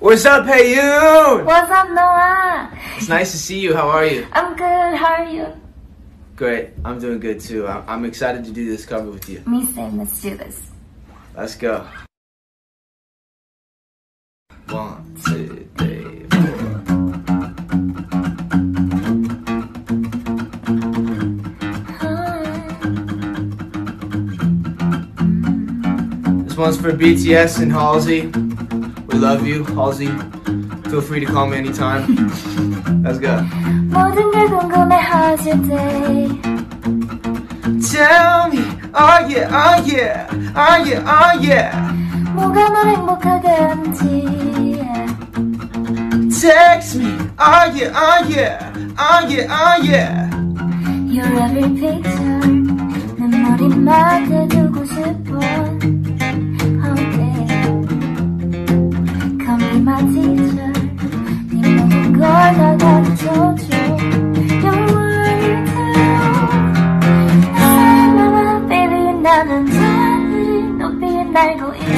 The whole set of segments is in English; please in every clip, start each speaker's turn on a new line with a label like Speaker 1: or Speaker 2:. Speaker 1: What's up, hey you?
Speaker 2: What's up, Noah?
Speaker 1: It's nice to see you. How are you?
Speaker 2: I'm good. How are you?
Speaker 1: Great. I'm doing good too. I- I'm excited to do this cover with you.
Speaker 2: Me same. Let's do this.
Speaker 1: Let's go. One, two, three, four.
Speaker 2: 음,
Speaker 1: This one's for BTS and Halsey. We love you, Halsey. Feel free to call me anytime. Let's go.
Speaker 2: 모든 걸 궁금해하지 today.
Speaker 1: Tell me, oh yeah, oh yeah, oh yeah, oh yeah.
Speaker 2: 뭐가 널 행복하게 하는지.
Speaker 1: Text me, oh yeah, oh yeah, oh yeah, oh yeah.
Speaker 2: Your every picture. 눈물이 마음에 두고 싶어. Oh yeah. Come be my teacher. 네 모든 걸 다 가르쳐줘. Your words too. 사랑아, baby, 나는 자들이 높이 날고 있어.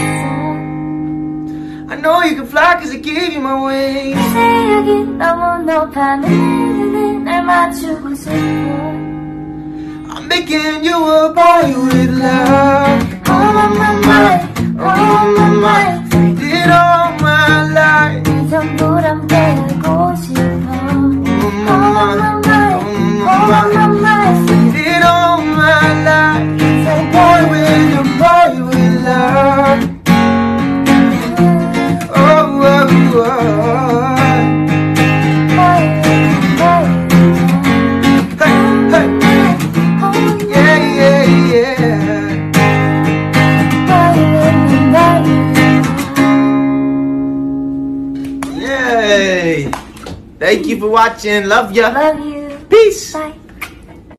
Speaker 1: I know you can fly cause I gave you my wings.
Speaker 2: 새벽이 너무 높아 내리는 날 맞추고 싶어
Speaker 1: I'm making you a boy with love.
Speaker 2: All on Oh, my mind, all on my mind
Speaker 1: Did all my life.
Speaker 2: 네 전부를 함께 알고 싶어
Speaker 1: Oh
Speaker 2: All on my
Speaker 1: my,
Speaker 2: mind, all on my mind
Speaker 1: Did all my life.
Speaker 2: 잘
Speaker 1: Boy
Speaker 2: 보여
Speaker 1: with a boy with love. Oh, oh, oh. Hey, hey, yeah, yeah, yeah. Yay! Thank you for watching. Love ya.
Speaker 2: Love you,
Speaker 1: Peace.
Speaker 2: bye